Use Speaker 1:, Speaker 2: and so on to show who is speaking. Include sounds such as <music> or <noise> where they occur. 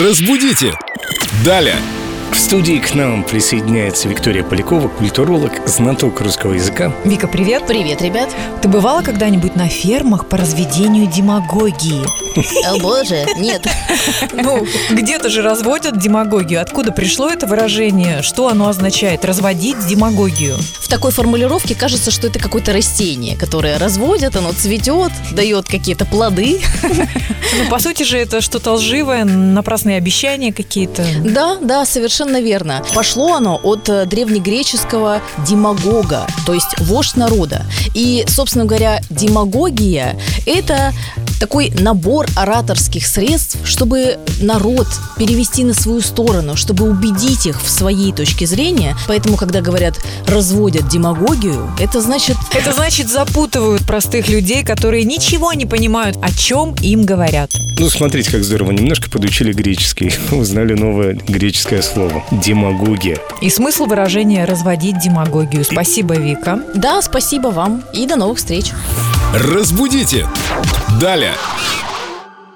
Speaker 1: Разбудите! Далее!
Speaker 2: В студии к нам присоединяется Виктория Полякова, культуролог, знаток русского языка.
Speaker 3: Вика, привет.
Speaker 4: Привет, ребят.
Speaker 3: Ты бывала когда-нибудь на фермах по разведению демагогии?
Speaker 4: О боже, нет.
Speaker 3: Ну, где-то же разводят демагогию. Откуда пришло это выражение? Что оно означает? Разводить демагогию.
Speaker 4: В такой формулировке кажется, что это какое-то растение, которое разводят, оно цветет, дает какие-то плоды.
Speaker 3: Ну, по сути же, это что-то лживое, напрасные обещания какие-то.
Speaker 4: Да, да, совершенно верно. Пошло оно от э, древнегреческого демагога, то есть вождь народа. И, собственно говоря, демагогия – это такой набор ораторских средств, чтобы народ перевести на свою сторону, чтобы убедить их в своей точке зрения. Поэтому, когда говорят «разводят демагогию», это значит
Speaker 3: Это значит, запутывают простых людей, которые ничего не понимают, о чем им говорят.
Speaker 2: Ну, смотрите, как здорово, немножко подучили греческий, <laughs> узнали новое греческое слово – демагогия.
Speaker 3: И смысл выражения «разводить демагогию». Спасибо, Вика.
Speaker 4: «да, спасибо вам и до новых встреч».
Speaker 1: Разбудите! Далее!